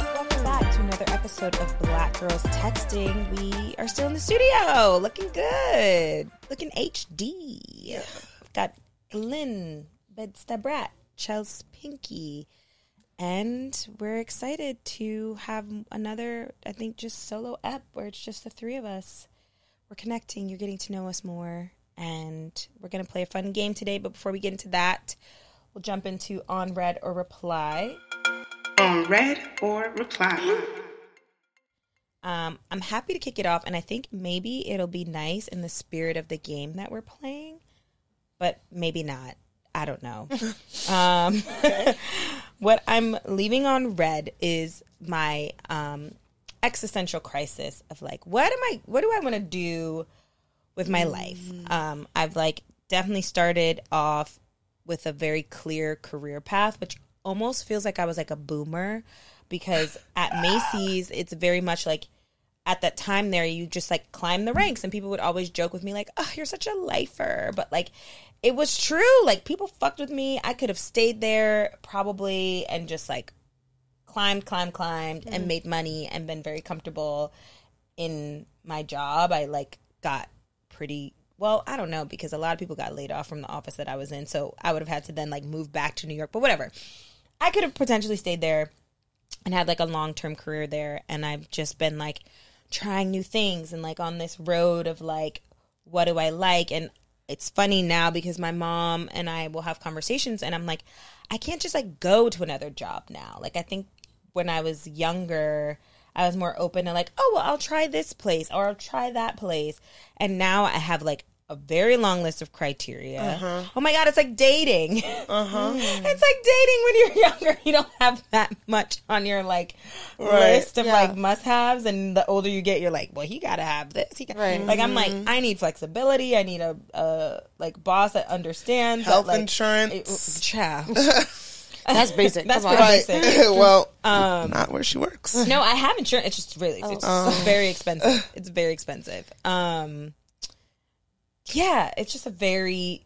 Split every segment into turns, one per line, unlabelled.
Welcome back to another episode of Black Girls Texting. We are still in the studio, looking good, looking HD. We've got Glenn Bedstebrat, Chels Pinky, and we're excited to have another. I think just solo ep where it's just the three of us. We're connecting. You're getting to know us more, and we're gonna play a fun game today. But before we get into that, we'll jump into on read or reply.
on red or reply.
Um, I'm happy to kick it off, and I think maybe it'll be nice in the spirit of the game that we're playing, but maybe not. I don't know. um, what I'm leaving on red is my um, existential crisis of like, what am I? What do I want to do with my life? Um, I've like definitely started off with a very clear career path, which almost feels like I was like a boomer because at Macy's, it's very much like at that time there, you just like climb the ranks, and people would always joke with me, like, oh, you're such a lifer. But like, it was true. Like, people fucked with me. I could have stayed there probably and just like climbed, climbed, climbed, and made money and been very comfortable in my job. I like got pretty well, I don't know, because a lot of people got laid off from the office that I was in. So I would have had to then like move back to New York, but whatever. I could have potentially stayed there and had like a long term career there. And I've just been like trying new things and like on this road of like, what do I like? And it's funny now because my mom and I will have conversations and I'm like, I can't just like go to another job now. Like, I think when I was younger, I was more open to like, oh, well, I'll try this place or I'll try that place. And now I have like, a very long list of criteria.
Uh-huh.
Oh my god, it's like dating. It's like dating when you're younger. You don't have that much on your like list of like must haves, and the older you get, you're like, well, he gotta have this. He got
Right. Mm-hmm.
like I'm like I need flexibility. I need a, a like boss that understands that,
Health
like,
insurance.
It, child.
That's basic.
That's
Come on.
pretty
Right.
basic.
well,
Um,
not where she works.
No, I have insurance. It's just really it's just very expensive. It's very expensive. Um, yeah, it's just a very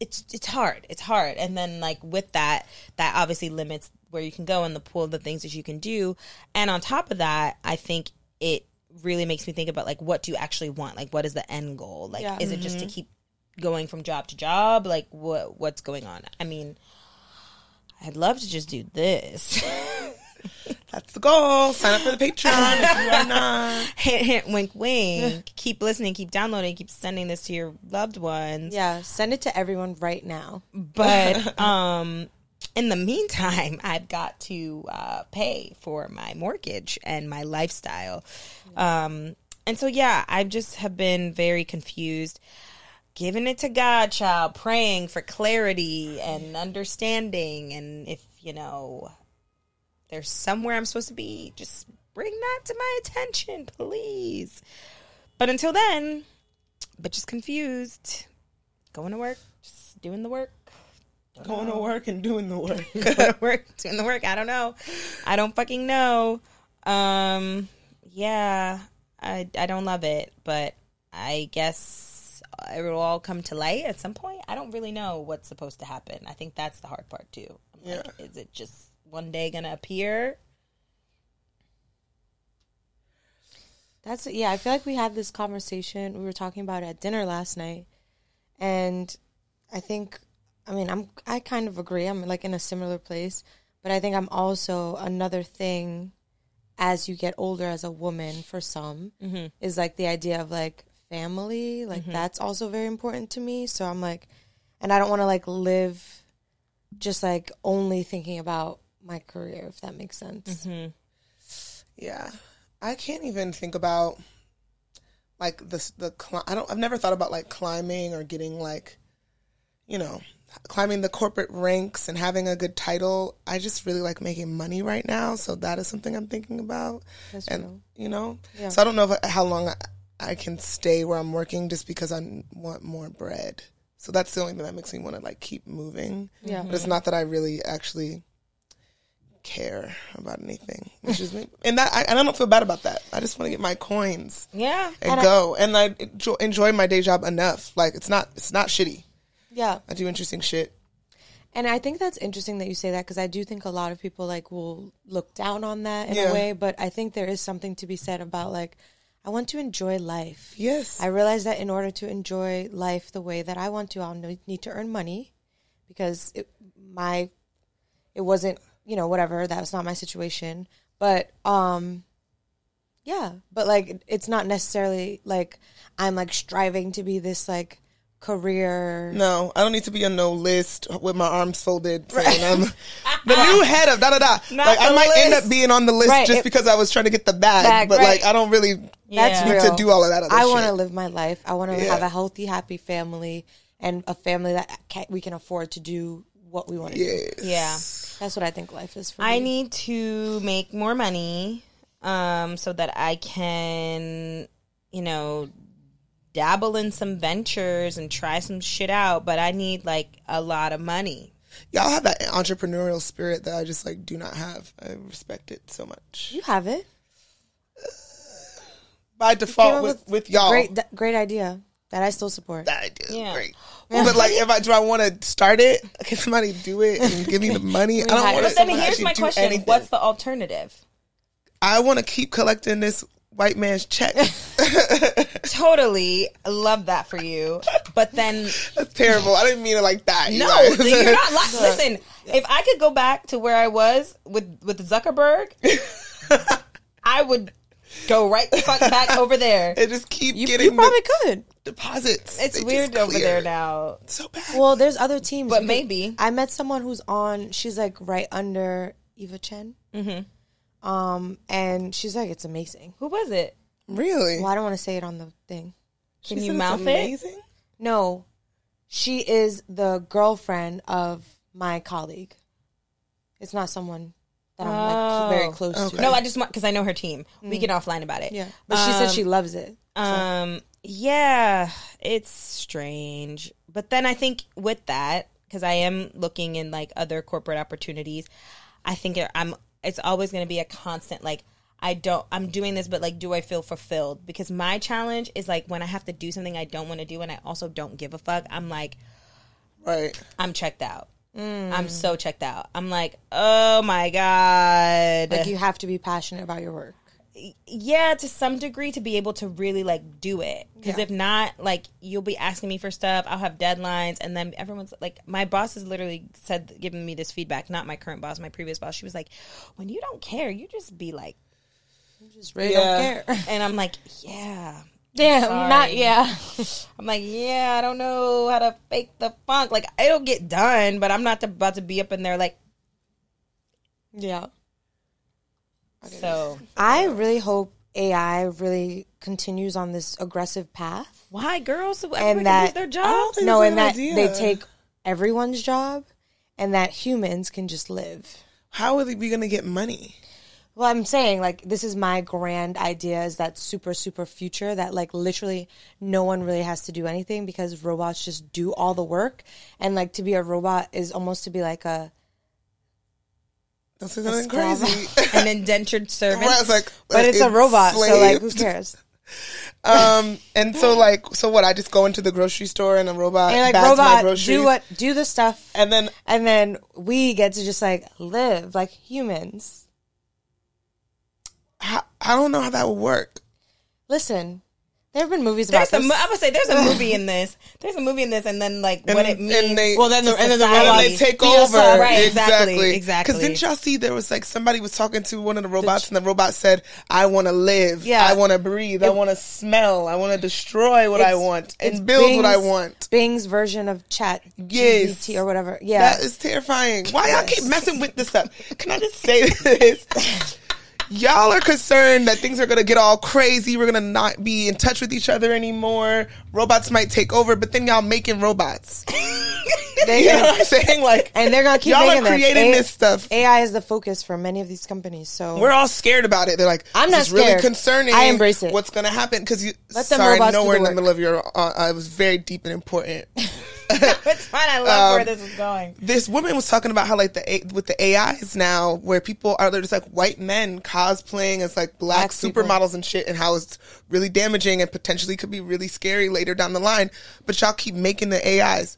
it's it's hard. It's hard. And then like with that, that obviously limits where you can go and the pool of the things that you can do. And on top of that, I think it really makes me think about like what do you actually want? Like what is the end goal? Like
Yeah.
is it just to keep going from job to job? Like what what's going on? I mean, I'd love to just do this.
That's the goal. Sign up for the Patreon if you are not.
hint, hint, wink, wink. keep listening, keep downloading, keep sending this to your loved ones.
Yeah, send it to everyone right now.
But um, in the meantime, I've got to uh, pay for my mortgage and my lifestyle. Um, and so, yeah, I just have been very confused. Giving it to God, child, praying for clarity and understanding. And if, you know, there's somewhere I'm supposed to be, just bring that to my attention, please. But until then, but just confused, going to work, just doing the work,
Going to work and doing the work.
doing the work, doing the work. I don't know. I don't fucking know. Um, yeah, I I don't love it, but I guess it will all come to light at some point. I don't really know what's supposed to happen. I think that's the hard part too. I'm like, is it just one day gonna appear?
That's yeah, I feel like we had this conversation. We were talking about it at dinner last night. And I think I mean, I'm I kind of agree. I'm like in a similar place, but I think I'm also another thing as you get older as a woman for some is like the idea of like family, like that's also very important to me. So I'm like and I don't want to like live just like only thinking about my career if that makes sense.
yeah. I can't even think about like this the cli- I don't I've never thought about like climbing or getting like you know climbing the corporate ranks and having a good title. I just really like making money right now, so that is something I'm thinking about.
That's
and
real.
you know,
Yeah.
so I don't know if, how long I, I can stay where I'm working just because I want more bread. So that's the only thing that makes me want to like keep moving.
Yeah.
but it's not that I really actually care about anything, which is me. And that I, and I don't feel bad about that. I just want to get my coins
Yeah.
and, go, and I enjoy, enjoy my day job enough. Like it's not it's not shitty.
Yeah.
I do interesting shit.
And I think that's interesting that you say that because I do think a lot of people like will look down on that in
Yeah.
a way, but I think there is something to be said about like I want to enjoy life.
Yes.
I realize that in order to enjoy life the way that I want to, I'll no- need to earn money because it, my it wasn't you know whatever that was not my situation. But um, yeah, but like it's not necessarily like I'm like striving to be this like career.
no, I don't need to be on no list with my arms folded saying I'm the new head of da da da.
Not
Like I
the
might end
list.
up being on the list
Right,
just
it-
because I was trying to get the bag,
Bag,
but like
right.
I don't really
That's
need
real.
to do all of that. Other
I
want
want to live my life. I want to
Yeah.
have a healthy, happy family and a family that can, we can afford to do what we want to do.
Yes.
Yeah.
That's what I think life is for.
I
me.
need to make more money um, so that I can, you know, dabble in some ventures and try some shit out. But I need like a lot of money.
Y'all have that entrepreneurial spirit that I just like do not have. I respect it so much.
You have it.
By default
up
with,
with
with y'all.
Great, th- great idea that I still support.
that idea is
Yeah.
great. But like, if I do, I want to start it. Can somebody do it and give me the money? I don't
had-
want
But
to.
But then here's my question: What's the alternative?
I want to keep collecting this white man's check.
Totally love that for you, but then
That's terrible. I didn't mean it like that. you
no,
guys.
you're not. Li- Listen, if I could go back to where I was with with Zuckerberg, I would go right the fuck back over there.
It just keep getting
You
the
probably could.
deposits. They
It's
just
weird over
clear.
there now.
It's so bad.
Well, there's other teams,
But
because
maybe.
I met someone who's on. She's like right under Eva Chen. Mm-hmm. Um, and she's like, it's amazing.
Who was it?
really?
Well, I don't want to say it on the thing.
Can
She
you
said it's
mouth it?
amazing?
No, she is the girlfriend of my colleague. It's not someone that I'm like cl- very
Oh.
close
Okay.
to.
No, I just want because I know her team. We get offline about it.
Mm. yeah, but she said she loves it.
Um, yeah, it's strange. But then I think with that, because I am looking in like other corporate opportunities, I think it- I'm. It's always going to be a constant like. I don't. I'm doing this, but like, do I feel fulfilled? Because my challenge is like when I have to do something I don't want to do, and I also don't give a fuck. I'm like,
Right.
I'm checked out.
Mm.
I'm so checked out. I'm like, oh my god.
Like you have to be passionate about your work.
yeah to some degree to be able to really like do it because if not like you'll be asking me for stuff i'll have deadlines and then everyone's like my boss has literally said giving me this feedback not my current boss my previous boss she was like when you don't care you just be like
Just really
Yeah.
don't care.
and i'm like yeah
Damn,
not-
not yeah.
i'm like yeah i don't know how to fake the funk like it'll get done but i'm not about to be up in there like
yeah.
so
I really hope AI really continues on this aggressive path.
why girls so everyone
and
can lose
that Oh,
their jobs
think
no,
that's
and
a
that
good
they
idea.
take everyone's job, and that humans can just live.
How are we gonna get money?
Well, I'm saying like this is my grand idea is that super super future that like literally no one really has to do anything because robots just do all the work, and like to be a robot is almost to be like a
Don't say something
Esclava.
crazy.
an indentured servant
Right, it's like,
but it's a robot, so like who
enslaved.
cares?
Um, and so like, so what? I just go into the grocery store and a robot
And like
bags Uh, my
robot,
groceries,
do what do the stuff,
and then
and then we get to just like live like humans.
I, I don't know how that would work.
Listen, there have been movies about
There's a,
this.
mo- I would say there's a movie in this. There's a movie in this, and then like
And-
what it
and
means.
they- Well, then
to
the- and then the
society.
And then they take
Feel
over.
sorry.
Right, exactly, exactly.
Because didn't y'all see there was like somebody was talking to one of the robots, and the robot said, "I want to live.
Yeah.
I want to breathe. I want to smell. I want to destroy what I
It's-
want
it's
and build what I
Bing's-
want."
Bing's version of Chat
Yes.
GPT or whatever. Yeah,
That is terrifying. Why y'all keep messing with this stuff? Can I just say this? Y'all are concerned that things are gonna get all crazy. We're gonna not be in touch with each other anymore. Robots might take over, but then y'all making robots.
They
you know what
can,
I'm saying? Like,
and they're gonna keep
y'all are
making
creating
A-
this stuff.
AI is the focus for many of these companies. So
We're all scared about it. They're like,
I'm
this
not
is really
scared.
concerning.
I embrace it.
What's going to happen? Because you,
Let them
sorry,
robots do
nowhere
the
in the
work.
middle of your, uh, uh, it was very deep and important.
it's fine. I love where
Um,
this is going.
this woman was talking about how like the A- with the AIs now, where people are they're just like white men cosplaying as like black,
Black people.
supermodels and shit, and how it's really damaging and potentially could be really scary later down the line. But y'all keep making the AIs.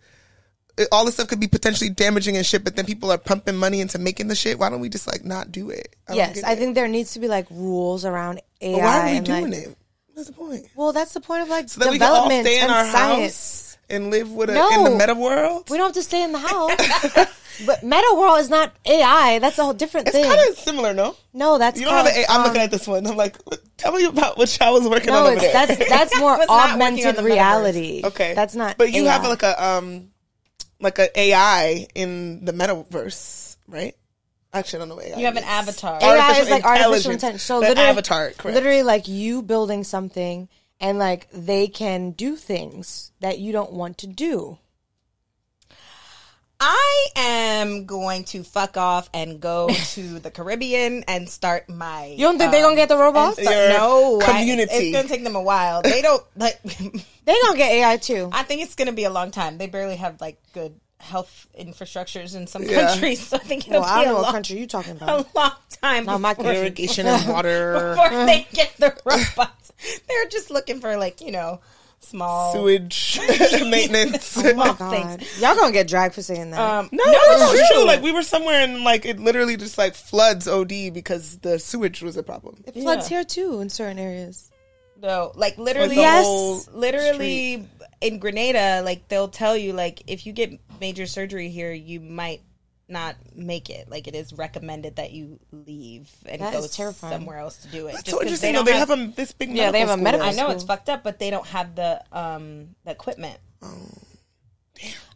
It- all this stuff could be potentially damaging and shit, but then people are pumping money into making the shit. Why don't we just like not do it? I don't
um, yes,
get
I
it.
think there needs to be like rules around AI.
But why are we
and,
doing
like-
it? What's the point?
Well, that's the point of like
So that we can all
development
stay in
and
our
science.
house and live with a in
No.
the meta world.
We don't have to stay in the house. but Meta World is not AI. That's a whole different
It's
thing.
kind of similar, no?
no, that's
You know how the
called,
A- I'm
um,
looking at this one. I'm like, tell me about what y'all was working
No,
on over
it's,
there.
that's that's more
Was not working on
augmented
the metaverse.
reality.
okay,
that's not.
But you have
AI.
like a um, like a AI in the metaverse, right? Actually, I don't know what AI.
You have an
is.
avatar.
AI
artificial
is like artificial
intelligence,
intelligence. So
but
literally,
avatar, correct.
literally like you building something, and like they can do things that you don't want to do.
I am going to fuck off and go to the Caribbean and start my. um,
You don't think they're gonna get the robots?
and start-
Your
no, I-
community.
it's gonna take them a while. They don't like.
They gonna get AI too.
I think it's gonna be a long time. They barely have like good health infrastructures in some
Yeah.
countries, so I think it'll
Well, Oh, I
be
don't
a
know what
long,
country you talking
a
about.
long time.
Not my Oh,
before-
country.
irrigation and water,
before they get the robots. They're just looking for like you know small
sewage maintenance.
Oh my
Thanks.
god, y'all gonna get dragged for saying that.
Um,
No, it's true. Like we were somewhere and like it literally just like floods OD because the sewage was a problem.
it floods here too in certain areas.
No, like literally,
Yes.
whole
literally in Grenada, like they'll tell you, like if you get major surgery here, you might not make it. Like it is recommended that you leave and
That
go
is terrifying.
somewhere else to do it.
That's so
'cause
interesting. They,
don't
they have, a this big.
Yeah, they have a
medical
medical
I
school.
know it's
school.
fucked up, but they don't have the um the equipment.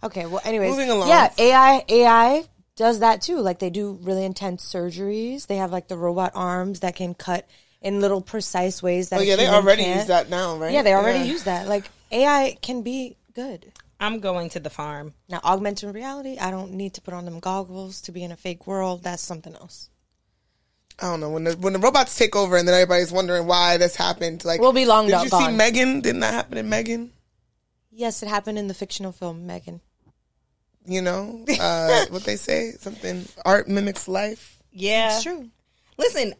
Okay, well, anyways,
Moving along.
Yeah, AI AI does that too. Like they do really intense surgeries. They have like the robot arms that can cut in little precise ways that.
Oh
a
yeah, they
human
already
can't.
use that now, right?
Yeah, they already use that. Like AI can be good.
I'm going to the farm.
Now, augmented reality, I don't need to put on them goggles to be in a fake world. That's something else.
I don't know when the when the robots take over and then everybody's wondering why this happened. Like
We'll be long
Did
go-
you see
gone.
Megan? Didn't that happen in Megan?
Yes, it happened in the fictional film Megan.
You know uh, what they say? Something art mimics life.
Yeah,
It's true.
Listen,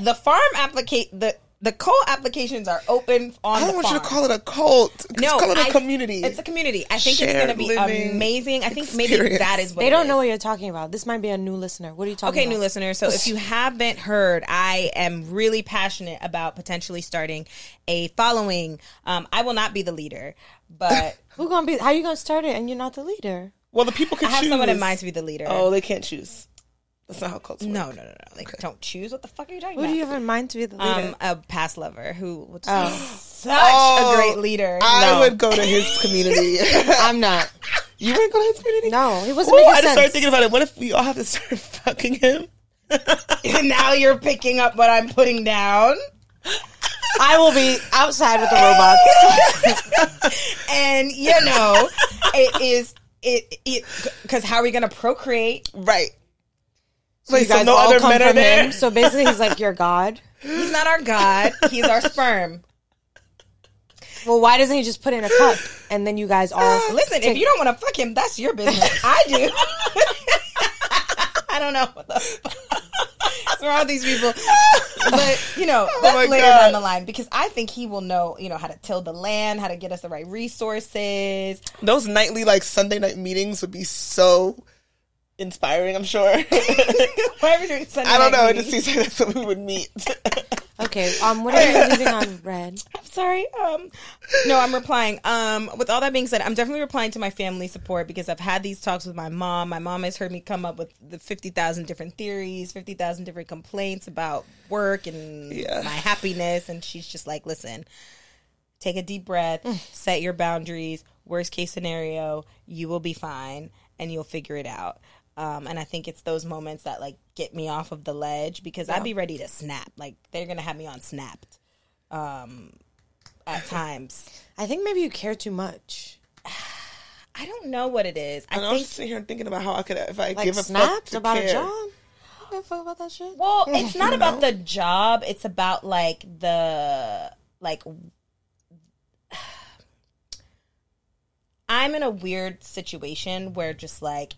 the farm applicate the the coal applications are open on.
I don't
the
want you to
farm.
call it a cult. Just call it a
I-
community.
It's a community. I think it's
Shared
going to be
living
amazing. I think maybe
experience.
that is what
They
it
don't
is.
know what you're talking about. This might be a new listener. What are you talking
Okay,
about?
new listeners. So if you haven't heard, I am really passionate about potentially starting a following. Um, I will not be the leader, but
Who gonna be? How you gonna start it? And you're not the leader.
well, the people
I
can
have
choose.
someone in mind to be the leader.
Oh, they can't choose. That's not how cults work.
no, no, no, no. They don't choose. What the fuck are you talking
Who
about?
do you have in mind to be the leader?
um, a past lover who was such
Oh,
a great leader.
I
No.
would go to his community.
I'm not.
you wouldn't go to his community?
No, it
Ooh,
wasn't making
I just started
sense.
thinking about it. What if we all have to start fucking him?
now you're picking up what I'm putting down.
I will be outside with the robots.
and you know it is it it because how are we gonna procreate
Right.
So you
Wait, so
guys
no
all
other
come
men are
from
there?
him. So basically, he's like your god.
he's not our god he's our sperm
Well, why doesn't he just put in a cup and then you guys all
listen if you don't want to fuck him that's your business i do i don't know what the fuck is wrong with these people but you know that's
Oh my
later
God.
down the line because i think he will know you know how to till the land how to get us the right resources
Those nightly, like Sunday night meetings would be so inspiring, I'm sure. I
Why are we doing Sunday night
don't know. It
meetings?
just seems like that's what we would meet.
Okay. Um. What are you leaving on red?
sorry. Um, no, I'm replying. Um, with all that being said, I'm definitely replying to my family support because I've had these talks with my mom. My mom has heard me come up with the fifty thousand different theories, fifty thousand different complaints about work and
Yeah.
my happiness, and she's just like, "Listen, take a deep breath, set your boundaries. Worst case scenario, you will be fine and you'll figure it out. Um, and I think it's those moments that like get me off of the ledge because I'd be ready to snap. Like they're gonna have me on snapped um, at times.
I think maybe you care too much.
I don't know what it is. I
And I'm
think
just sitting here thinking about how I could if I
Like
give a fuck
snapped
to
about
care.
a job. I don't fuck about that shit.
Well,
oh,
it's not about the job. It's about like the like. I'm in a weird situation where just like,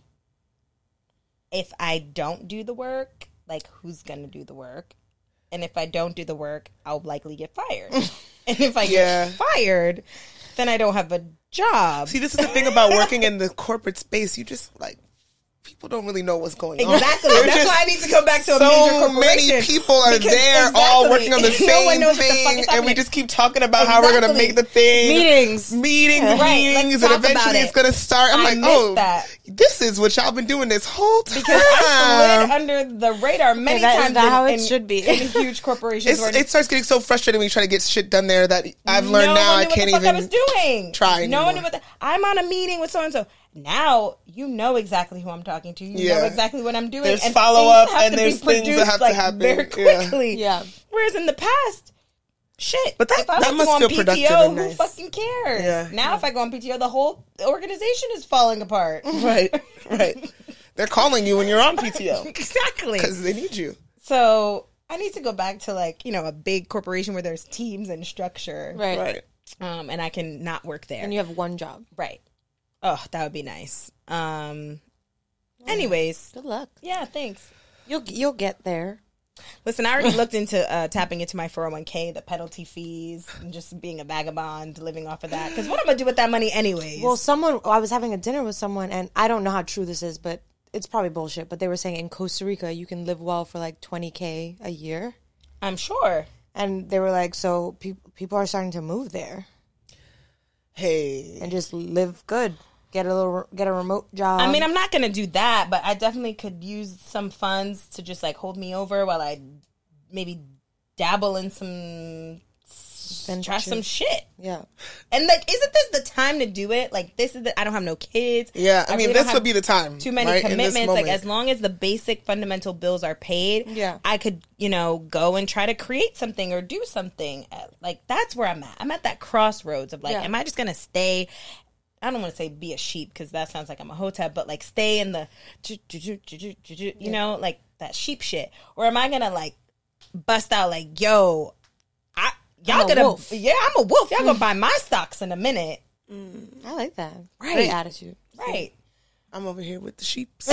if I don't do the work, like who's gonna do the work? And if I don't do the work, I'll likely get fired. and if I
Yeah.
get fired, then I don't have a job.
See, this is the thing about working in the corporate space. You just like people don't really know what's going on.
Exactly.
They're
That's
just-
why I need to come back to a major
so
corporation.
many people are
Because
there, all
exactly.
working on the
No one
same
knows what the fuck is
thing, and we
happening.
just keep talking about how we're gonna
Exactly.
make the thing
Meetings.
meetings,
Right, let's
meetings,
talk
and
about
eventually
it.
it's gonna start. I'm
I
like,
missed
oh,
that.
this is what y'all been doing this whole time.
because I slid under the radar many
that is
times.
not
in-
how it
in-
should be.
in huge corporations.
It's-
where
it starts getting so frustrating when you try to get shit done there that I've
no
learned now
one
I
knew what
can't
the fuck
even.
I was doing.
try
No one knew
anymore.
what the, I'm on a meeting with so and so. Now you know exactly who I'm talking to. You
Yeah.
know exactly what I'm doing.
There's
and
follow-up
things have
and
to be
there's things that
produced,
have to
like,
happen.
very
Yeah.
quickly.
Yeah.
Whereas in the past. Shit,
But that-
if I
that
was
must
on
feel
PTO,
productive and
who
nice.
fucking cares?
Yeah.
Now, if I go on PTO, the whole organization is falling apart.
Right, right. They're calling you when you're on PTO
exactly.
because they need you.
So I need to go back to like you know a big corporation where there's teams and structure,
Right.
Right.
Um, and I can not work there,
And you have one job.
right? Oh, that would be nice. Um, anyways,
Good luck.
yeah, thanks.
You'll you'll get there.
Listen, I already looked into uh, tapping into my 401k, the penalty fees, and just being a vagabond, living off of that. Because what am I gonna do with that money, anyways?
Well, someone I was having a dinner with someone, and I don't know how true this is, but it's probably bullshit. But they were saying in Costa Rica you can live well for like twenty k a year,
I'm sure.
and they were like, so pe- people are starting to move there
Hey,
and just live good, get a little get a remote job.
I mean, I'm not gonna do that, but I definitely could use some funds to just like hold me over while I maybe dabble in some
Been
try some
true.
shit.
yeah,
And like, isn't this the time to do it? Like, this is the, I don't have no kids.
yeah. I, mean,
really don't
this
have
would be the time.
too many
right, in this
commitments. Like,
moment.
as long as the basic fundamental bills are paid,
Yeah.
I could, you know, go and try to create something or do something. Uh, Like, that's where I'm at. I'm at that crossroads of like,
Yeah.
am I just gonna stay? I don't want to say be a sheep because that sounds like I'm a hotep, but like stay in the, you know, like that sheep shit, or am I gonna like bust out like, yo, I y'all
I'm a
gonna
wolf. Mm.
yeah, I'm a wolf. Y'all gonna buy my stocks in a minute,
I like that.
Right.
Great attitude.
right?
I'm over here with the sheep.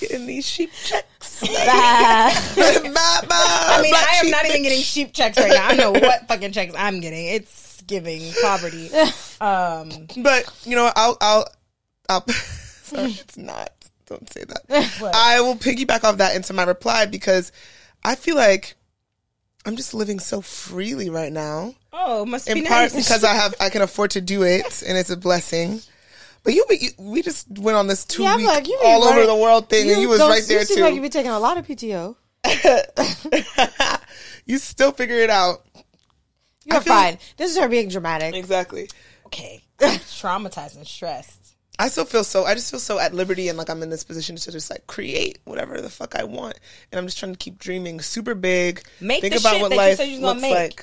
Getting these sheep checks.
I mean, I am not even getting sheep checks right now. I don't know what fucking checks I'm getting. It's giving poverty. Um,
But you know, I'll, I'll, I'll. Sorry, it's not. Don't say that. I will piggyback off that into my reply because I feel like I'm just living so freely right now.
oh, must
in
be
part
nice.
because I have I can afford to do it, and it's a blessing. But you, be- you we just went on this two
Yeah, I'm
week
like, you be
all over
running-
the world thing, and you was
don't-
right there
you seem
too.
Like you've been taking a lot of PTO.
you still figure it out
You're
feel
fine. this is her being dramatic.
exactly.
okay, I'm traumatized and stressed.
I still feel so. I just feel so at liberty and like I'm in this position to just like create whatever the fuck I want, and I'm just trying to keep dreaming super big.
Make the shit that you said you was gonna make.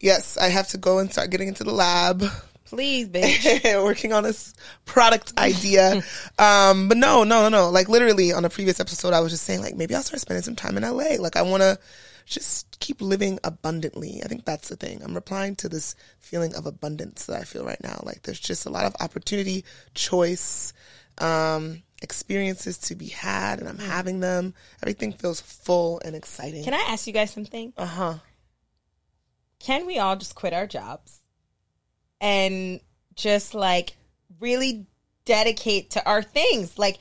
Yes, I have to go and start getting into the lab,
Please, bitch.
working on this product idea. um, but no, no, no, no. Like literally on a previous episode, I was just saying like maybe I'll start spending some time in LA. Like I want to just keep living abundantly. I think that's the thing. I'm replying to this feeling of abundance that I feel right now. Like there's just a lot of opportunity, choice, um, experiences to be had, and I'm having them. Everything feels full and exciting.
Can I ask you guys something?
uh huh.
Can we all just quit our jobs and just like really dedicate to our things? Like,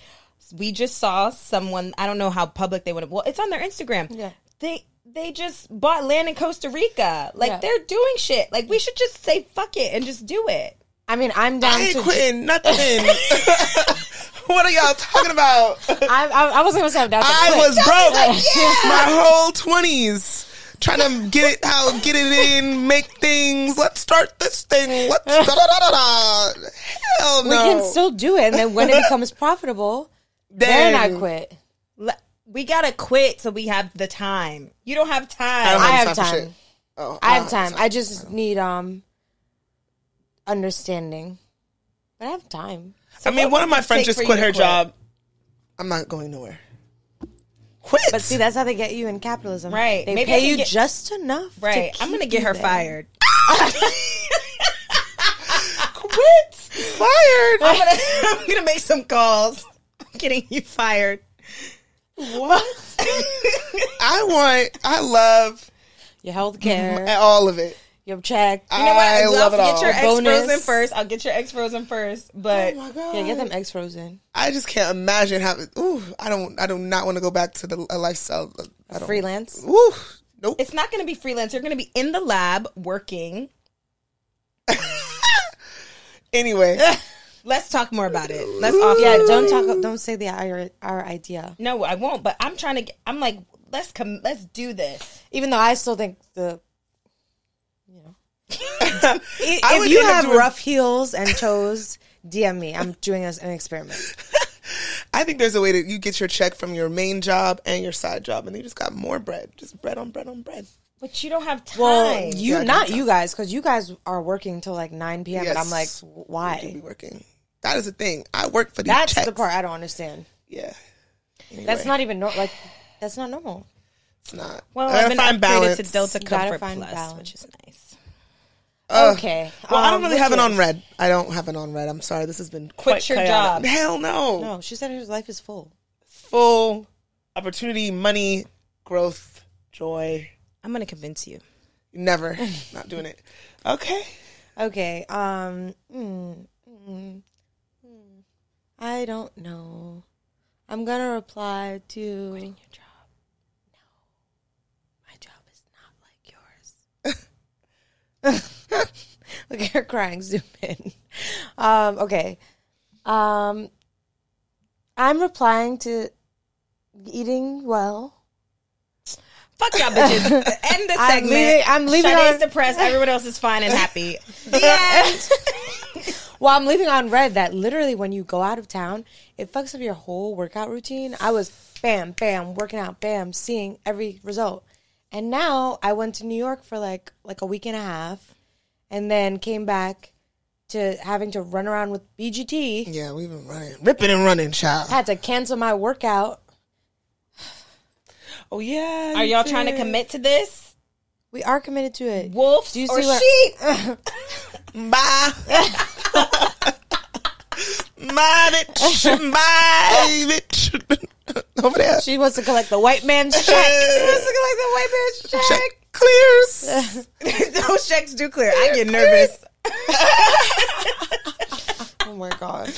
we just saw someone. I don't know how public they would have. Well, it's on their Instagram.
Yeah.
they they just bought land in Costa Rica. Like
Yeah.
they're doing shit. Like we should just say fuck it and just do it.
I mean, I'm down
I ain't
to.
quitting nothing. what are y'all talking about?
I, I, I wasn't gonna say I'm down to.
I
quit.
was broke my whole twenties. Trying to get it out, get it in, make things. Let's start this thing. Let's da da da da da. Hell
We
no.
can still do it, and then when it becomes profitable, then I
Dang.
quit.
Le- We gotta quit so we have the time. You don't have time.
don't
I
have
have
time for
time.
shit. Oh,
I
uh,
have time. I just need um understanding But I have time.
I mean, one of my friends
take
just
for
quit
you to
her
quit?
job. I'm not going nowhere. Quit.
But see, that's how they get you in capitalism.
Right.
They
Maybe I
pay
can
you
get-
just enough. to
Right. I'm
keep
gonna get
you
her
there.
fired.
quit. Fired.
I'm gonna, I'm gonna make some calls. I'm getting you fired.
What? I want. I love
Your health care,
all of it.
your check.
You know what? I
I'll
love it
get
all.
your ex
Bonus.
frozen first. I'll get your ex frozen first.
Oh
But
my god.
yeah, get them eggs frozen.
I just can't imagine having. Ooh, I don't. I do not want to go back to the a lifestyle. I don't,
Freelance.
Ooh, nope.
it's not gonna be freelance. You're gonna be in the lab working.
Anyway,
Let's talk more about it. Let's off.
Yeah, don't talk. Don't say the our, our idea.
No, I won't. But I'm trying to. Get, I'm like, let's come. Let's do this.
Even though I still think the, you know, I-
I
if
would
you
end up
have
doing-
rough heels and toes, DM me. I'm doing this an experiment.
I think there's a way that you get your check from your main job and your side job, and you just got more bread, just bread on bread on bread.
But you don't have time.
Well, you
Yeah, I
not
don't
you guys because you guys are working till like 9 p.m. and I'm like,
Yes. You be
why?
working. That is the thing. I work for these
That's
checks.
the part I don't understand.
Yeah.
That's not e- even nor- like that's not normal.
It's not.
well,
I
I've
gotta
been
find
upgraded
balance.
to Delta
You gotta
Comfort
find
Plus,
balance.
which is nice.
okay.
Well, I don't
um,
really
what's
have it on
yours?
red. I don't have it on red. I'm sorry. This has been
Quit
quite
your job.
chaotic. Hell no.
No, she said her life is full.
Full opportunity, money, growth, joy.
I'm gonna convince you.
Never. not doing it. Okay.
Okay. Um. mm, mm, mm. I don't know. I'm gonna reply to quitting your job. No, my job is not like yours. Look at her crying. Zoom in. Um. Okay. Um. I'm replying to eating well.
Fuck y'all bitches. End the segment.
I'm leaving- I'm leaving
Sade's
on-
depressed. Everyone else is fine and happy. The end.
Well, I'm leaving on red that literally when you go out of town, it fucks up your whole workout routine. I was bam, bam, working out, bam, seeing every result. And now I went to New York for like like a week and a half and then came back to having to run around with BGT.
Yeah, we've been running, ripping and running, child.
Had to cancel my workout.
Oh yeah.
Are
you
y'all trying to
did.
commit to this?
We are committed to it.
Wolves
Do you
or
see what-
sheep?
Bye. Bye, bitch. Bye, bitch. Over there.
She wants to collect the white man's check.
It's looking like the white man's check.
Check clears.
Those checks do clear. I get nervous.
Oh my god.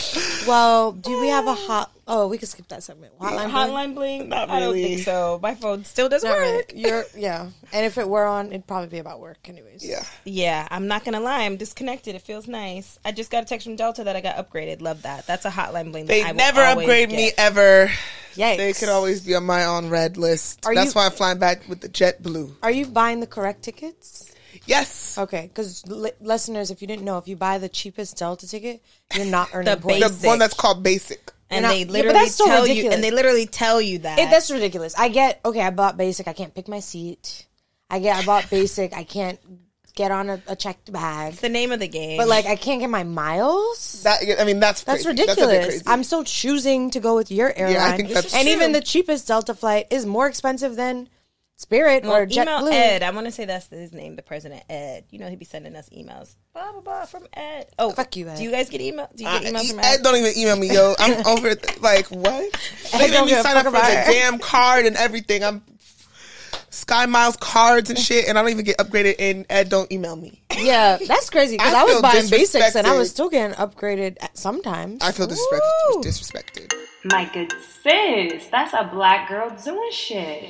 Well, do we have a hot oh, we can skip that segment. Hotline. bling?
Hotline bling?
Not
I don't
really.
think so. My phone still doesn't
Not really.
work.
You're yeah. And if it were on, it'd probably be about work, anyways.
Yeah.
Yeah, I'm not gonna lie. I'm disconnected. It feels nice. I just got a text from Delta that I got upgraded. Love that. That's a hotline bling. that
They
I will
never
always
upgrade me
get.
ever.
Yikes.
They could always be on my on red list.
Are
That's
you-
why I'm flying back with the jet blue.
Are you buying the correct tickets?
Yes.
Okay, because li- listeners, if you didn't know, if you buy the cheapest Delta ticket, you're not earning
The
points.
The
basic.
one that's called basic.
and they
You're not- yeah, but
literally
that's so
tell you.
ridiculous.
And they literally tell you that.
It- that's ridiculous. I get okay. I bought basic. I can't pick my seat. I get. I bought basic. I can't get on a, a checked bag.
It's the name of the game.
But like, I can't get my miles.
That I mean, that's
That's
crazy. a bit
ridiculous.
crazy.
I'm still choosing to go with your airline.
think that's-
and
It's
even
true.
the cheapest Delta flight is more expensive than Spirit or
email
JetBlue.
Ed. I want to say that's his name, the president Ed. You know he'd be sending us emails. Blah blah blah from Ed. Oh
Fuck you, Ed.
Do you guys get email? Do you
I-
get emails from
Uh, e- Ed
Ed?
don't even email me, yo. I'm over it. Like what? They
don't
made me
give a
sign up
fuck
for the
about her.
damn card and everything. I'm Sky Miles cards and shit, and I don't even get upgraded. And Ed don't email me.
Yeah, that's crazy because
I
I, was
feel
buying basics and I
disrespected.
was still getting upgraded at sometimes.
I feel disrespect- disrespected.
My good sis, that's a black girl doing shit.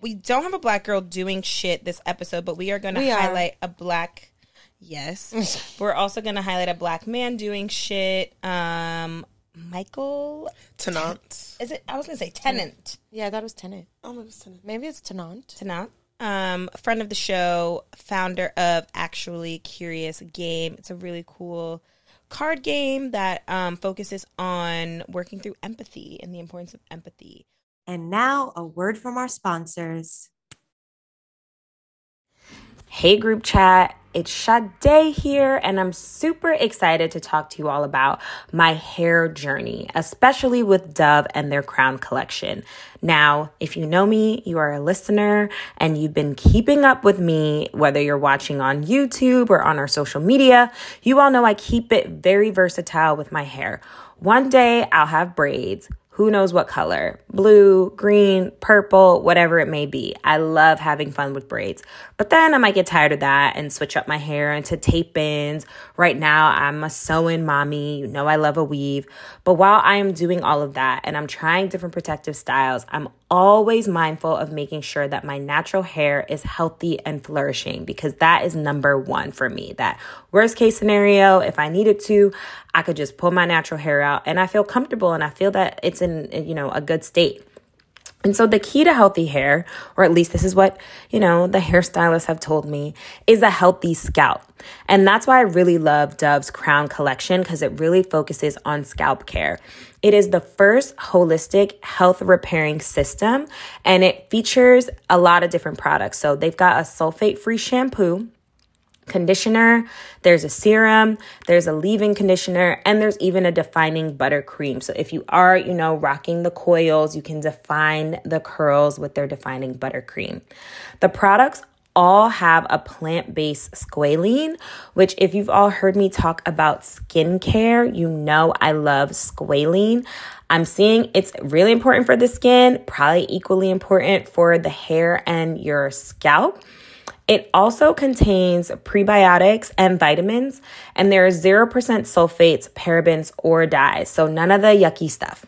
We don't have a black girl doing shit this episode, but we are going to
We are.
highlight a black. Yes, we're also going to highlight a black man doing shit. Um, Michael,
Tenant.
is it? I was going to say tenant.
yeah, that was tenant.
Oh my goodness, Tenant.
Maybe it's tenant.
Tanat, um, a friend of the show, founder of Actually Curious Game. It's a really cool card game that um, focuses on working through empathy and the importance of empathy.
And now a word from our sponsors.
Hey, group chat.
It's Sade here, and I'm super excited to talk to you all about my hair journey, especially with Dove and their crown collection. Now, if you know me, you are a listener and you've been keeping up with me, whether you're watching on YouTube or on our social media, you all know I keep it very versatile with my hair. One day I'll have braids. Who knows what color? Blue, green, purple, whatever it may be. I love having fun with braids. But then I might get tired of that and switch up my hair into tape ins. Right now, I'm a sew in mommy. You know, I love a weave. But while I am doing all of that and I'm trying different protective styles, I'm always mindful of making sure that my natural hair is healthy and flourishing because that is number one for me. That worst case scenario, if I needed to, I could just pull my natural hair out and I feel comfortable and I feel that it's in, you know, a good state. And so the key to healthy hair, or at least this is what, you know, the hairstylists have told me, is a healthy scalp. And that's why I really love Dove's Crown collection because it really focuses on scalp care. It is the first holistic health repairing system and it features a lot of different products. So they've got a sulfate free shampoo conditioner, there's a serum, there's a leave-in conditioner, and there's even a defining butter cream. So if you are, you know, rocking the coils, you can define the curls with their defining butter cream. The products all have a plant-based squalene, which if you've all heard me talk about skincare, you know I love squalene. I'm seeing it's really important for the skin, probably equally important for the hair and your scalp. It also contains prebiotics and vitamins, and there are 0% sulfates, parabens, or dyes, so none of the yucky stuff.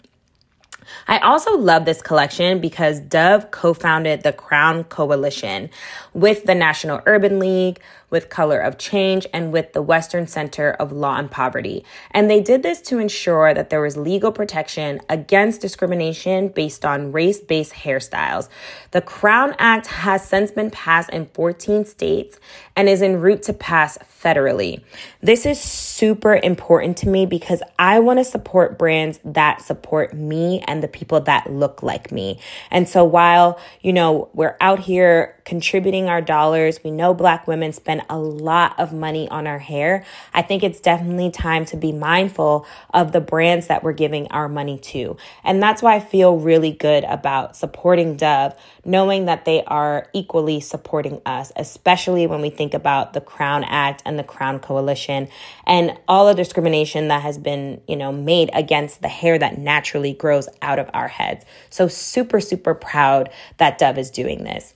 I also love this collection because Dove co founded the Crown Coalition with the National Urban League, with Color of Change, and with the Western Center of Law and Poverty. And they did this to ensure that there was legal protection against discrimination based on race based hairstyles. The Crown Act has since been passed in 14 states and is en route to pass federally. This is super important to me because I want to support brands that support me and the people that look like me. And so while, you know, we're out here contributing our dollars, we know black women spend a lot of money on our hair. I think it's definitely time to be mindful of the brands that we're giving our money to. And that's why I feel really good about supporting Dove, knowing that they are equally supporting us, especially when we think about the Crown Act and the Crown Coalition and all the discrimination that has been, you know, made against the hair that naturally grows out of our heads. So super, super proud that Dove is doing this.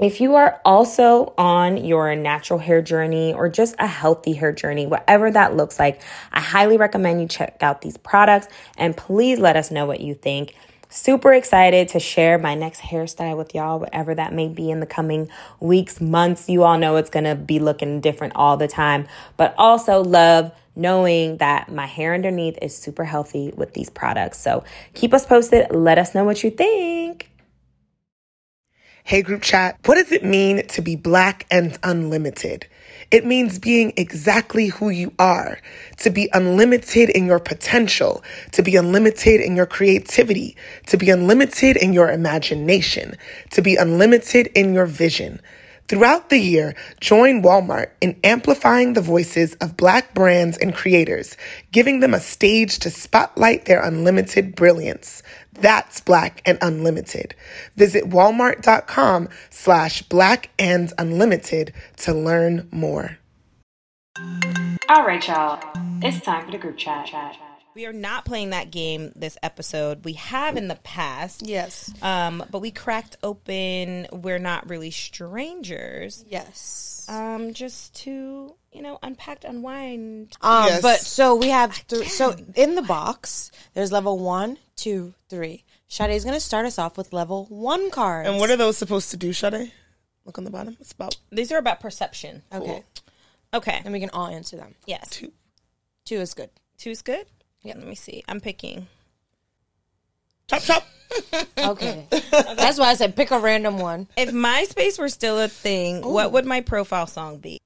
If you are also on your natural hair journey or just a healthy hair journey, whatever that looks like, I highly recommend you check out these products and please let us know what you think. Super excited to share my next hairstyle with y'all, whatever that may be in the coming weeks, months. You all know it's gonna be looking different all the time, but also love knowing that my hair underneath is super healthy with these products. So keep us posted. Let us know what you think.
Hey, group chat, what does it mean to be black and unlimited? It means being exactly who you are, to be unlimited in your potential, to be unlimited in your creativity, to be unlimited in your imagination, to be unlimited in your vision. Throughout the year, join Walmart in amplifying the voices of Black brands and creators, giving them a stage to spotlight their unlimited brilliance. That's Black and Unlimited. Visit walmart.com slash black and unlimited to learn more.
All right, y'all. It's time for the group chat.
We are not playing that game this episode. We have in the past.
Yes.
Um, but we cracked open We're Not Really Strangers.
Yes.
Um, just to, you know, unpack, unwind.
Um,
Yes.
But so we have th- so in the box. There's level one, two, three. Sade is going to start us off with level one cards.
And what are those supposed to do, Sade? Look on the bottom. It's about
These are about perception.
okay?
Okay.
And we can all answer them.
Yes.
two.
Two is good.
Two's good? Yeah, let me see. I'm picking.
Chop, chop.
Okay. That's why I said pick a random one.
If MySpace were still a thing, what would my profile song be?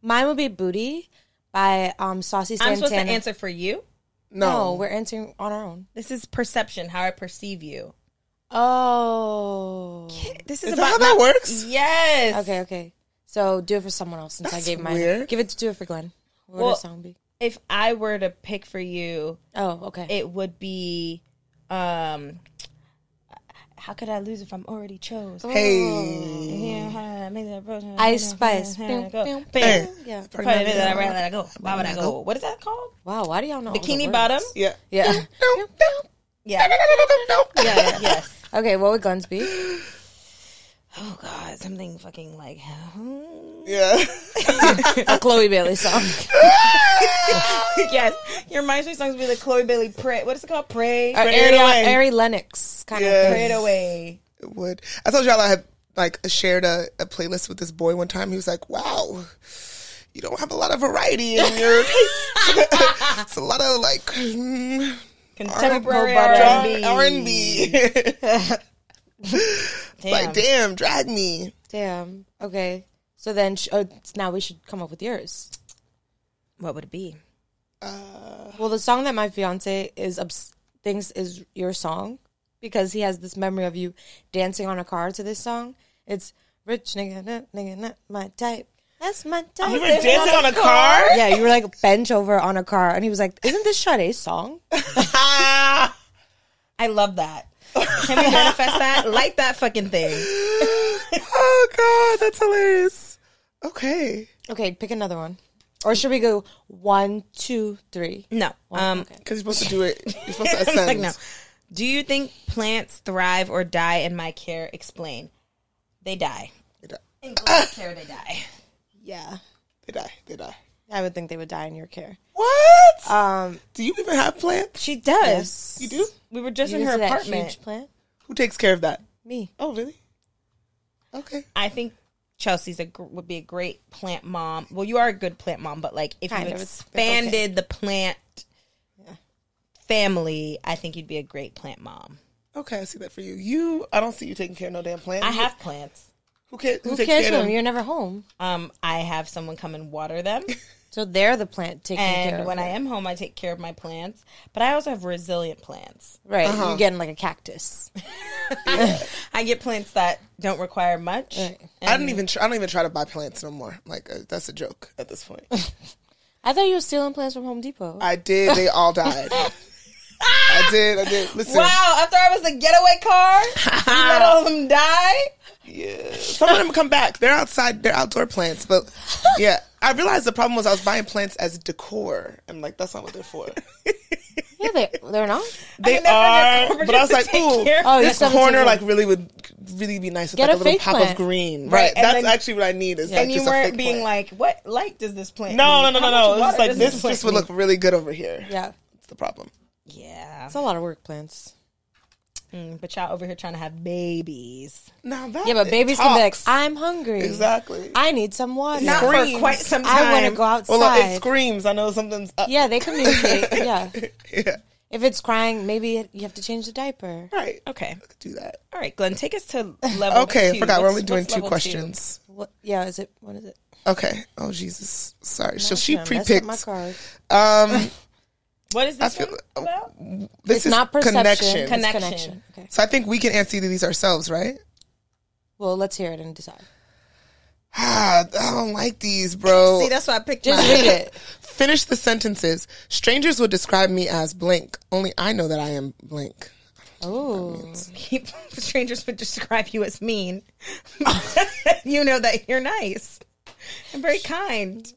Mine would be "Booty" by um, Saucy Santana.
I'm supposed to answer for you.
No,
No.
we're answering on our own.
This is perception, how I perceive you.
Oh.
This
Oh.
Is that how that works?
Yes.
Okay. Okay. So do it for someone else since
That's
I gave mine.
weird.
Give it to do it for Glenn. What
Well-
would the song be?
If I were to pick for you,
Oh, okay.
it would be um how could I lose if I'm already chose?
Hey.
Oh,
Ice Spice. Pew, pew,
Bam.
pew. Yeah.
Probably better than I ran, let I go. Why would I go? What is that called?
Wow, why do y'all know all the
Bikini
words?
bottom?
Yeah.
Yeah.
Yeah. Yeah, yes.
okay, what would Glenn's be?
Oh god, something fucking like
Yeah.
A Chloe Bailey song.
Yes. Your mind sweet songs would be like Chloe Bailey pray what is it called? Pray.
Or
it
Ari,
away.
Ari Lennox kind
Yeah.
of
Pray
thing.
it away.
It would. I told y'all I had like shared a, a playlist with this boy one time. He was like, "Wow, you don't have a lot of variety in your taste. it's a lot of like mm,
Contemporary
R
R&B.
and B."
Damn.
Like, damn, drag me.
Damn. Okay. So then, sh- oh, s- now we should come up with yours.
What would it be?
Well, the song that my fiance is obs- thinks is your song because he has this memory of you dancing on a car to this song. It's rich nigga, nah, nigga, not my type. That's my type.
You were dancing on a car.
Yeah, you were like bench over on a car, and he was like, "Isn't this Sade's song?"
Ah. I love that. Can we manifest that? Like that fucking thing.
oh god, that's hilarious. Okay,
Okay, pick another one, or should we go one, two, three?
No. Um
because you're supposed to do it. You're supposed to
I'm
ascend.
like no. Do you think plants thrive or die in my care? Explain. They die.
They die.
In Glenn's care, they die.
Yeah,
They die. They die.
I would think they would die in your care.
What?
Um,
do you even have plants?
She does.
You do?
We were just
you
in her
see that
apartment.
huge plant?
Who takes care of that?
Me.
Oh, really? Okay.
I think Chelsea's a gr- would be a great plant mom. Well, you are a good plant mom, but like if
Kind
you
of, it's- it's okay.
expanded the plant family, I think you'd be a great plant mom.
Okay, I see that for you. You, I don't see you taking care of no damn plant.
I have plants.
Who, cares? who,
Who
takes
cares
care
for
of
them?
them?
You're never home.
Um, I have someone come and water them,
So they're the plant taking care
and
of
when
it.
I am home, I take care of my plants. But I also have resilient plants.
right, you're getting like a cactus.
I get plants that don't require much.
I don't even. Try, I don't even try to buy plants no more. Like uh, that's a joke at this point.
I thought you were stealing plants from Home Depot.
I did. They all died. I did. I did. Listen.
Wow! After I was the getaway car, you let all of them die.
Yeah. Some of them come back. They're outside. They're outdoor plants. But yeah, I realized the problem was I was buying plants as decor, and like that's not what they're for.
yeah, they they're not.
They
mean, that's not
are.
decor,
but I was
just
like,
to take
ooh,
care of
Oh, you
this
still have to
corner
take
like really would really be nice with
Get
like a,
a
little
fake
pop
plant.
of green.
Right,
Right.
and
That's
then-
actually what I need. Is like
and you
just a
weren't
fake
being like,
plant.
"What light does this plant?"
No, no,
need?
no, no,
How much
no. It's
water
just like
does
this
plant
just would
need?"
look really good over here.
Yeah,
That's the problem.
Yeah,
it's a lot of work plants.
Mm, but y'all over here trying to have babies
Now that
Yeah, but
it
babies can be like,
talks.
I'm hungry.
exactly.
I need some water.
not for
Screams.
quite some time.
I want to go outside.
well, look, it screams. I know something's up.
yeah, they communicate. yeah,
yeah.
if it's crying, maybe you have to change the diaper.
Right.
Okay,
Do that.
all right, Glenn, take us to level.
Okay,
two.
I forgot. We're
What's-
only doing
what's
two
level
questions.
What? Yeah, is it? What is it?
Okay. Oh Jesus. Sorry. so
I'm
she
gonna mess up
pre-picked.
my card.
Um,
What is
I
this
feel
one
um,
about?
this
It's
is
not perception.
connection.
it's
Connection.
connection. Okay.
so I think we can answer these ourselves, right?
Well, let's hear it and decide.
Ah, I don't like these, bro.
See, that's why I picked.
Just
mine.
read it.
Finish the sentences. Strangers will describe me as blank. Only I know that I am blank.
Oh,
People- strangers would describe you as mean. you know that you're nice and very kind.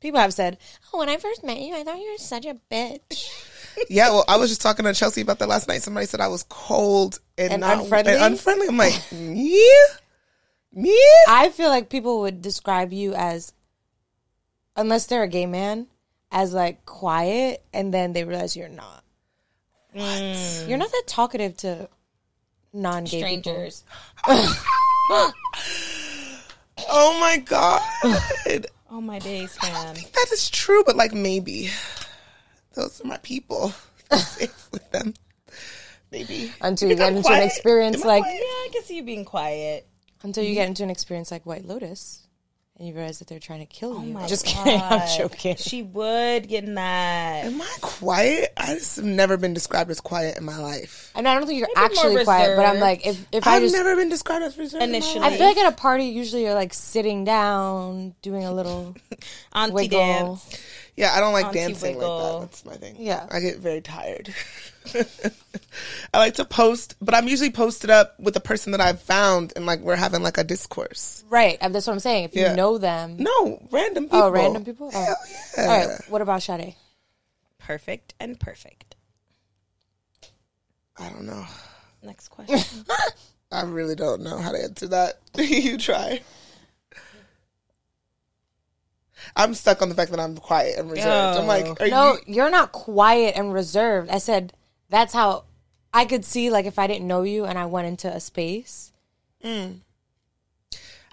people have said, "Oh, when I first met you, I thought you were such a bitch."
Yeah, well, I was just talking to Chelsea about that last night. Somebody said I was cold and,
And
not,
unfriendly?
And unfriendly. I'm like, me, me.
I feel like people would describe you as, unless they're a gay man, as like quiet, and then they realize you're not. You're not that talkative to non-gay people.
Strangers.
Oh my god,
Oh my days, man.
that is true. But like, maybe those are my people. I'm safe with them, maybe.
Until you get into an
quiet?
experience
Am I
like
Yeah, I can see you being quiet.
until you get into an experience like White Lotus. and you realize that they're trying to kill
Oh
you.
my
Just
God.
kidding. I'm joking.
She would get in that.
Am I quiet? I just have never been described as quiet in my life.
I mean, I don't think you're
more
actually quiet, but I'm
reserved.
like, if if I
I've
just,
never been described as reserved. in my
Initially.
life.
I feel like at a party, usually you're like sitting down, doing a little
Auntie
wiggle.
dance.
Yeah, I don't like
Auntie
dancing like
Wiggle.
that. That's my thing.
Yeah.
I get very tired. I like to post, but I'm usually posted up with a person that I've found and like we're having like a discourse.
Right. and That's what I'm saying. If you
Yeah.
know them.
No, random people.
oh, random people? Oh.
Hell yeah.
All right. What about Sade?
Perfect and perfect.
I don't know.
Next question.
I really don't know how to answer that. you try. I'm stuck on the fact that I'm quiet and reserved. I'm like, are
Oh. No,
you?
you're not quiet and reserved. I said that's how I could see like if I didn't know you and I went into a space,
mm.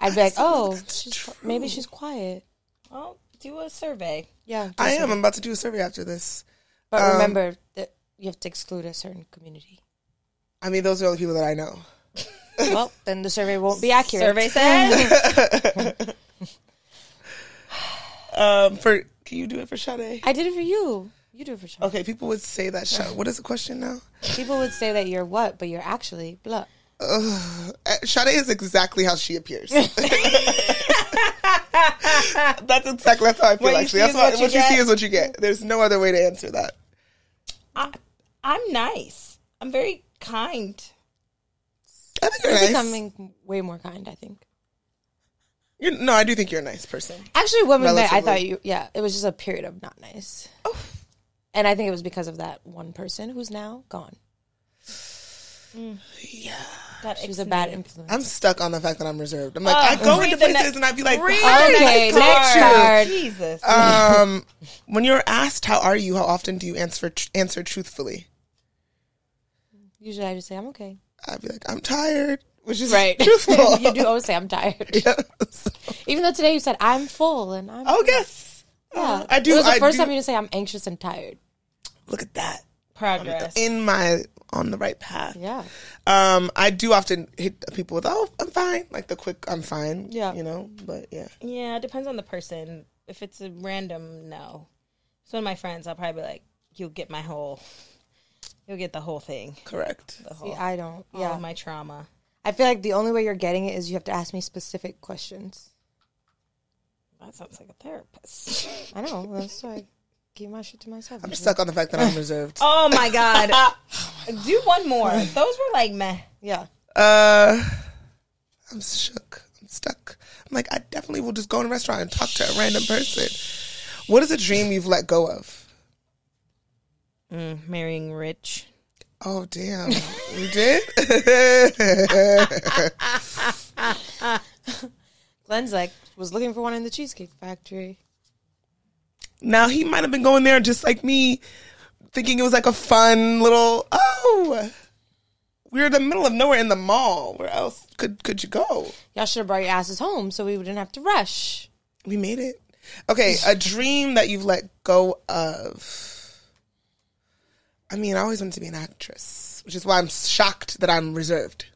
I'd be like, oh, she's, maybe she's quiet.
well, do a survey.
Yeah,
I am. I'm about to do a survey after this.
But
Um,
remember that you have to exclude a certain community.
I mean, those are the only people that I know.
well, then the survey won't be accurate.
Survey says.
Um, for can you do it for Sade?
I did it for you. You do it for sure.
Okay, people would say that. Sade. What is the question now?
People would say that you're what, but you're actually blah.
Uh, Sade is exactly how she appears. that's exactly that's how I feel.
What you
actually,
see
that's what,
is what
what
you
you see
get.
is what you get. There's no other way to answer that.
I, I'm nice. I'm very kind.
I think
You're
you're nice.
becoming way more kind, I think.
You're, no, I do think you're a nice person.
Actually, Women's Night, I
Relatively. Oh.
thought you, yeah, it was just a period of not nice. And I think it was because of that one person who's now gone.
Got
She was a bad influence.
I'm stuck on the fact that I'm reserved. I'm like,
Oh,
I go
read
into
the
places
ne-
and I'd be like,
Read
"How
the
did I
Okay,
talk
next
to you?"
card.
Jesus.
Um, when you're asked how are you, how often do you answer answer truthfully?
Usually I just say, I'm okay.
I'd be like, I'm tired, which is
Right.
truthful.
you do always say, I'm tired.
Yes.
Even though today you said, I'm full and I'm.
Oh, yes.
yeah.
Uh, I do.
It was the
I
first
do-
time you didn't say, I'm anxious and tired.
Look at that.
Progress.
In my on the right path.
Yeah.
Um, I do often hit people with, "Oh, I'm fine," like the quick, "I'm fine."
Yeah.
You know, but yeah.
Yeah, it depends on the person. If it's a random, no. It's one of my friends, I'll probably be like, you'll get my whole, you'll get the whole thing.
Correct.
The whole,
See, I don't.
Oh
all
Yeah.
of my trauma.
I feel like the only way you're getting it is you have to ask me specific questions.
That sounds like a therapist.
I know. That's why I keep my shit to myself.
I'm stuck on the fact that I'm reserved.
oh my God. Do one more. Those were like meh.
Yeah.
Uh, I'm shook. I'm stuck. I'm like, I definitely will just go in a restaurant and talk to a random person. What is a dream you've let go of?
Mm, marrying rich.
Oh, damn. you did?
Glenn's like, was looking for one in the Cheesecake Factory.
now, he might have been going there just like me, thinking it was like a fun little, oh, we're in the middle of nowhere in the mall. Where else could, could you go?
Y'all should have brought your asses home so we didn't have to rush.
We made it. Okay, a dream that you've let go of. I mean, I always wanted to be an actress, which is why I'm shocked that I'm reserved.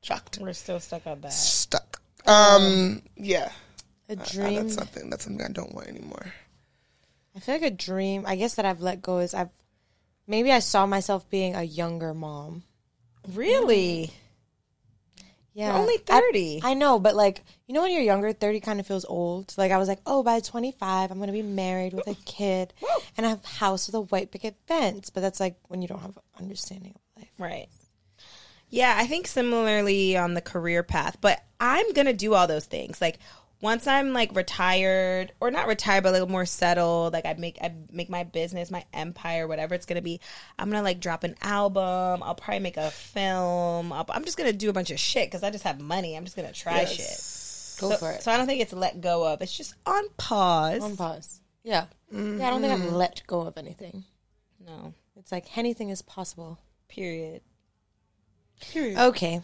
Shocked.
We're still stuck on that.
Stuck. Um, yeah.
A
Uh,
dream.
that's something that's something I don't want anymore.
I feel like a dream. I guess that I've let go is I've maybe I saw myself being a younger mom. Mm.
Really?
Yeah,
You're only
I-
30.
I, know, but like you know, when you're younger, thirty kind of feels old. Like I was like, oh, by twenty five, I'm gonna be married with a kid and I have a house with a white picket fence. But that's like when you don't have understanding of life.
Right. Yeah, I think similarly on the career path, but I'm going to do all those things. Like once I'm like retired or not retired but a little more settled, like I make I make my business, my empire, whatever it's going to be. I'm going to like drop an album, I'll probably make a film. I'll, I'm just going to do a bunch of shit cuz I just have money. I'm just going to try shit.
Go
so,
for it. Um,
So I don't think it's let go of. It's just on pause.
On pause. Yeah, yeah. I don't think I've let go of anything.
no.
It's like anything is possible.
Period.
Okay.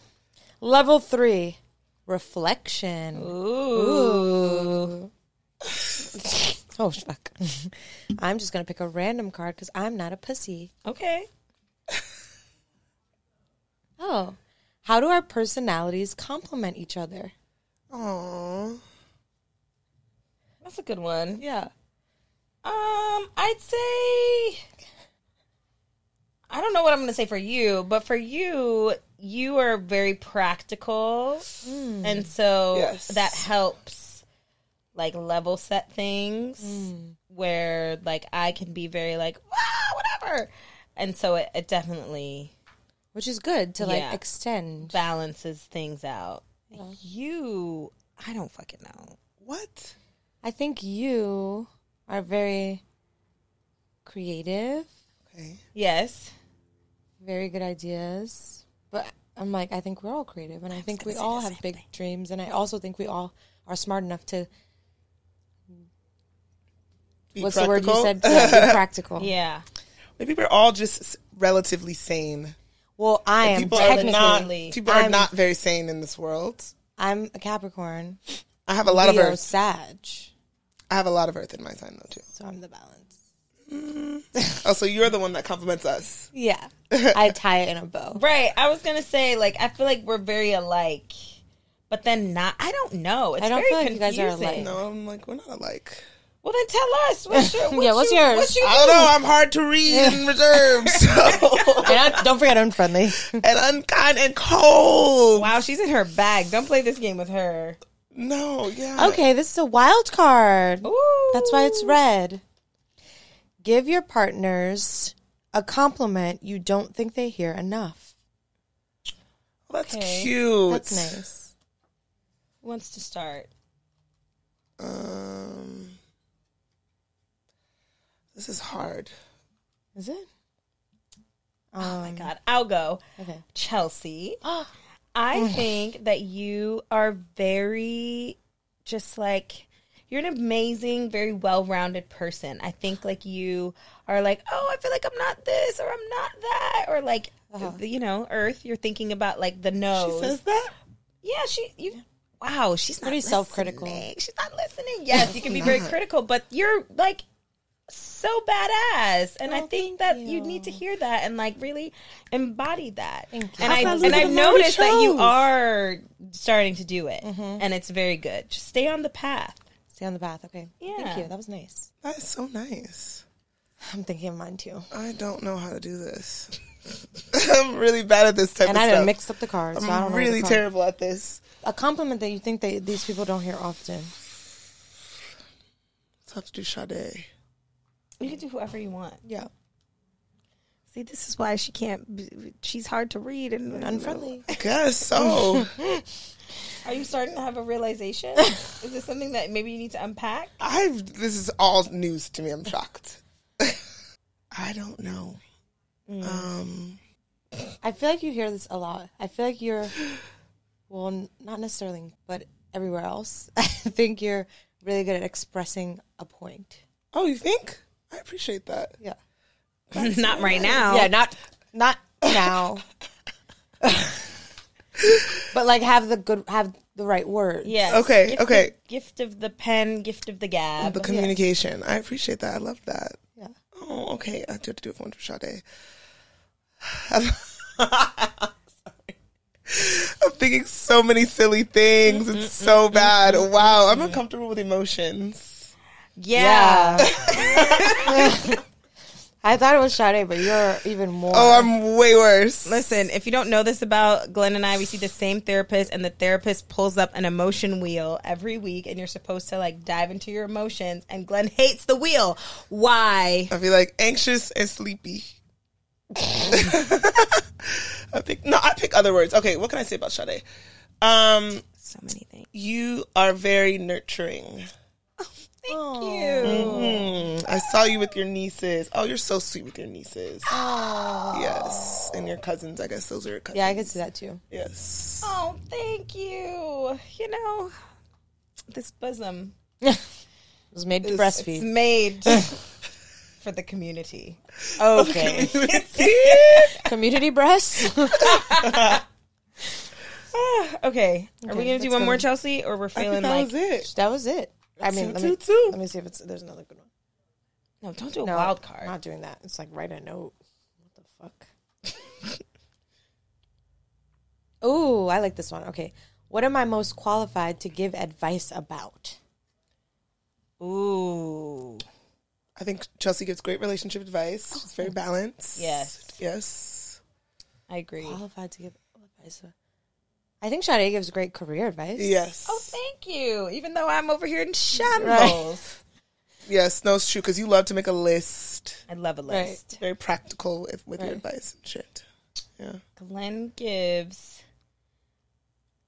Level three, reflection. Ooh. oh, fuck. I'm just going to pick a random card because I'm not a pussy.
Okay.
Oh. How do our personalities complement each other?
Aww.
That's a good one.
Yeah.
Um, I'd say I don't know what I'm going to say for you, but for you, you are very practical, and so
Yes.
that helps like level set things where like I can be very like ah, whatever, and so it, it definitely
Which is good to like
Yeah.
extend.
balances things out. You, I don't fucking know.
What?
I think you are very creative,
Okay.
Yes,
very good ideas. But I'm like, I think we're all creative and I, think we all have big dreams. And I also think we all are smart enough to,
Be
what's the word
practical.
you said? Yeah, be practical.
yeah.
Maybe we're all just s- relatively sane.
Well, I am
People are
technically,
not. People are
I'm-
not very sane in this world.
I'm a Capricorn.
I have a lot of
Leo,
earth.
Sag.
I have a lot of earth in my sign though too.
So I'm the balance.
Oh, so you're the one that compliments us.
Yeah. I tie it in a bow.
Right. I was gonna say, like, I feel like we're very alike, but then not. I don't know. It's
I don't
very
feel like you guys are alike.
confusing.
No, I'm like we're not alike.
Well, then tell us. What's your? What's
Yeah, what's
you,
yours?
What's your
I don't know. I'm hard to read and reserved, so
And I, don't forget unfriendly.
and unkind and cold.
wow, she's in her bag. Don't play this game with her.
No, yeah.
okay, this is a wild card.
Ooh.
That's why it's red. Give your partners a compliment you don't think they hear enough.
Well, that's
Okay.
cute.
That's nice.
Who wants to start.
Um, this is hard.
Is it? Um,
oh my god, I'll go.
Okay.
Chelsea. I think that you are very just like you're an amazing, very well-rounded person. I think like you are like, "Oh, I feel like I'm not this or I'm not that." Or like you know, earth, you're thinking about like the nose.
that?
yeah, she you Wow, she's not
Pretty self-critical.
listening. She's not listening. Yes, you can be very critical, but you're like so badass, and I think that you. need to hear that and like really embody that. And I and I've noticed that you are starting to do it, and it's very good. Just stay on the path.
Stay on the path. Okay.
Yeah.
Thank you. That was nice.
That is so nice.
I'm thinking of mine too.
I don't know how to do this. I'm really bad at this type
And
of
I
stuff.
done mixed up the cards. so I don't
I'm
know
really
the card-
terrible at this.
A compliment that you think that these people don't hear often.
Tough to do Sade.
You can do whoever you want.
Yeah.
See, this is why she can't. b- She's hard to read and
Unfriendly.
I guess so.
Are you starting to have a realization? is this something that maybe you need to unpack?
I've this is all news to me. I'm shocked. I don't know. Um,
I feel like you hear this a lot. I feel like you're, well, n- not necessarily, but everywhere else. I think you're really good at expressing a point.
oh, you think? I appreciate that.
Yeah.
not right now.
Yeah, not not now. but like have the good have the right words.
Yes.
Okay,
Gift of-
okay.
gift of the pen, gift of the gab.
The communication. I appreciate that. I love that.
Yeah.
Oh, okay. I do have to do it for one for Sade. I'm thinking so many silly things. It's so bad. Wow. I'm uncomfortable with emotions.
yeah.
I thought it was Sade, but you're even more
Oh, I'm way worse.
Listen, if you don't know this about Glenn and I, we see the same therapist, and the therapist pulls up an emotion wheel every week, and you're supposed to like dive into your emotions. And Glenn hates the wheel. Why?
I feel like anxious and sleepy. I pick no, I pick other words. Okay, what can I say about Sade? Um,
So many things.
you are very nurturing.
Thank
Mm,
Mm-hmm.
I saw you with your nieces. Oh, you're so sweet with your nieces. Yes, and your cousins. I guess those are your cousins.
Yeah, I could see that too.
Yes.
you. Oh, thank you. You know, this bosom
It was made to
is
breastfeed.
made for the community.
Okay. Community breasts?
Okay, are we gonna do one more, Chelsea, or we're
I
feeling
think that
like
was it.
that was it. I mean,
Two,
let
two,
me,
two.
let me see if it's there's another good one.
no? Don't do a
No,
wild card.
Not doing that. It's like write a note. What the fuck? oh, I like this one. Okay. What am I most qualified to give advice about?
Ooh.
I think Chelsea gives great relationship advice. She's very balanced.
Oh, Yes.
Yes.
I agree.
Qualified to give advice. I think Sade gives great career advice.
Yes.
Oh, thank you. Even though I'm over here in shambles.
Yes. No, it's true because you love to make a list.
I love a list.
Very practical if, with your advice and shit. Yeah.
Glenn gives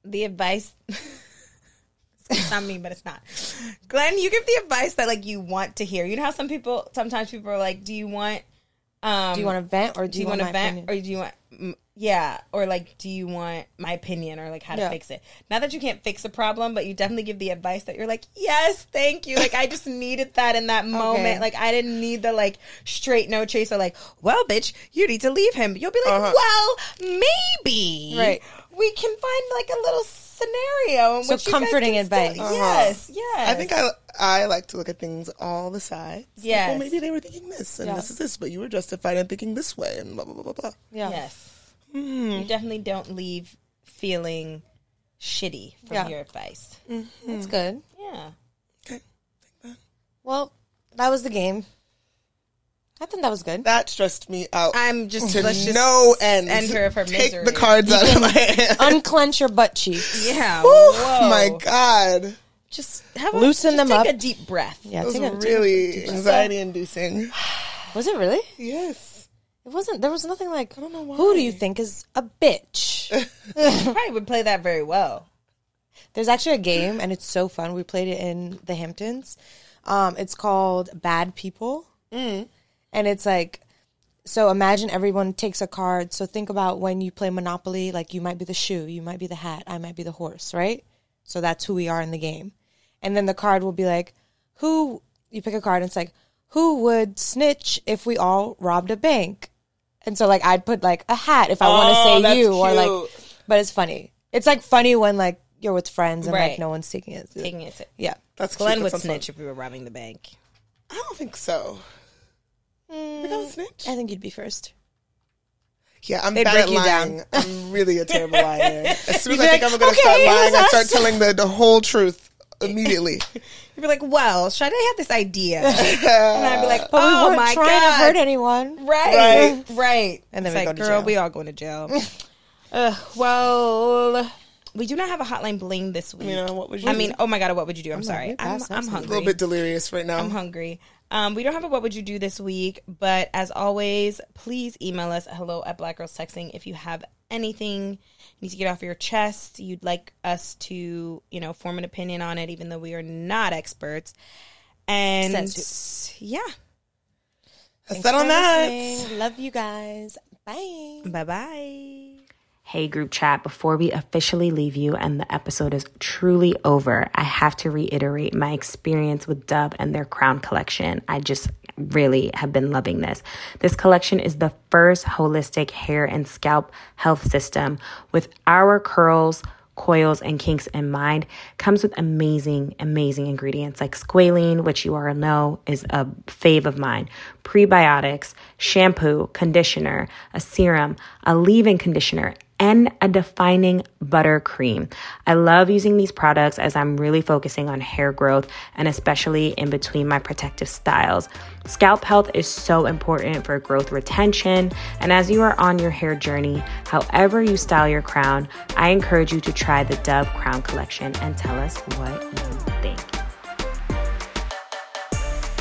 the advice. it's not me, but it's not. Glenn, you give the advice that like you want to hear. You know how some people sometimes people are like, "Do you want? Um,
Do you want to vent or
do you want to vent or do you want mm, yeah or like do you want my opinion or like how to
Yeah.
fix it not that you can't fix a problem but you definitely give the advice that you're like yes thank you like i just needed that in that moment
Okay.
like i didn't need the like straight no chaser like well bitch you need to leave him you'll be like well maybe
Uh-huh. Right.
we can find like a little scenario in
So
which you guys
comforting
can still-
advice. Uh-huh.
yes yes
I think I I like to look at things all the sides. Like,
Yes.
well, maybe they were thinking this, and
Yeah.
this is this, but you were justified in thinking this way, and blah blah blah blah blah.
yeah. Hmm.
Yes. You definitely don't leave feeling shitty from
Yeah.
your advice.
That's good.
Yeah.
Okay.
Well, that was the game. I think that was good.
That stressed me out.
I'm just
Oh,
to
let's just
no end.
end her of her
Take
misery.
the cards out of my hand.
Unclench your butt cheeks.
Yeah.
Oh
whoa.
my god,
Just have a,
Loosen
just
them
take
up.
a deep breath.
Yeah,
it was
take a- take a-
really anxiety inducing.
Was it really?
Yes,
It wasn't. There was nothing like. I don't know why. Who do you think is a bitch?
You probably would play that very well.
There's actually a game, and it's so fun. We played it in the Hamptons. Um, it's called Bad People,
Mm.
and it's like so. Imagine everyone takes a card. So think about when you play Monopoly. Like you might be the shoe, you might be the hat, I might be the horse, right? So that's who we are in the game. And then the card will be like, who? You pick a card, and it's like, who would snitch if we all robbed a bank? And so like I'd put like a hat if I want to
Oh,
say
that's
you or like
cute.
but it's funny. It's like funny when like you're with friends and like
Right.
no one's taking it.
Taking it to
yeah.
that's
Glenn
cute.
would
That sounds
snitch if we were robbing the bank.
fun. I don't think so.
Hmm.
Think I would snitch?
I think you'd be first.
Yeah, I'm
They'd
bad
break
at
you
lying. I'm really a terrible liar. As soon as I
You'd be
think
like,
I'm going to
"Okay,
start
it was
lying, I start
us."
telling the, the whole truth immediately.
You'd be like, well, should I have this idea? and I'd be like,
But
oh
we weren't
my
trying
God.
to hurt anyone.
Right, right,
And
And then
then we
it's like,
go to
girl,
jail.
we all going to jail. Ugh, well, we do not have a hotline bling this week.
You know, what would you
I
do?
mean, oh my god, what would you do? I'm sorry, I'm, I'm
a
hungry.
little bit delirious right now.
I'm hungry. Um, we don't have a what would you do this week, but as always, please email us at hello at black girls texting if you have anything you need to get off your chest, you'd like us to, you know, form an opinion on it, even though we are not experts. And yeah,
That's that on that.
Love you guys. Bye.
bye bye.
Hey, group chat, before we officially leave you and the episode is truly over, I have to reiterate my experience with Dove and their crown collection. I just really have been loving this. This collection is the first holistic hair and scalp health system with our curls coils and kinks in mind comes with amazing amazing ingredients like squalene which you already know is a fave of mine prebiotics shampoo conditioner a serum a leave-in conditioner and a defining butter cream. I love using these products as I'm really focusing on hair growth and especially in between my protective styles. Scalp health is so important for growth retention, and as you are on your hair journey, however you style your crown, I encourage you to try the Dove Crown Collection and tell us what you think.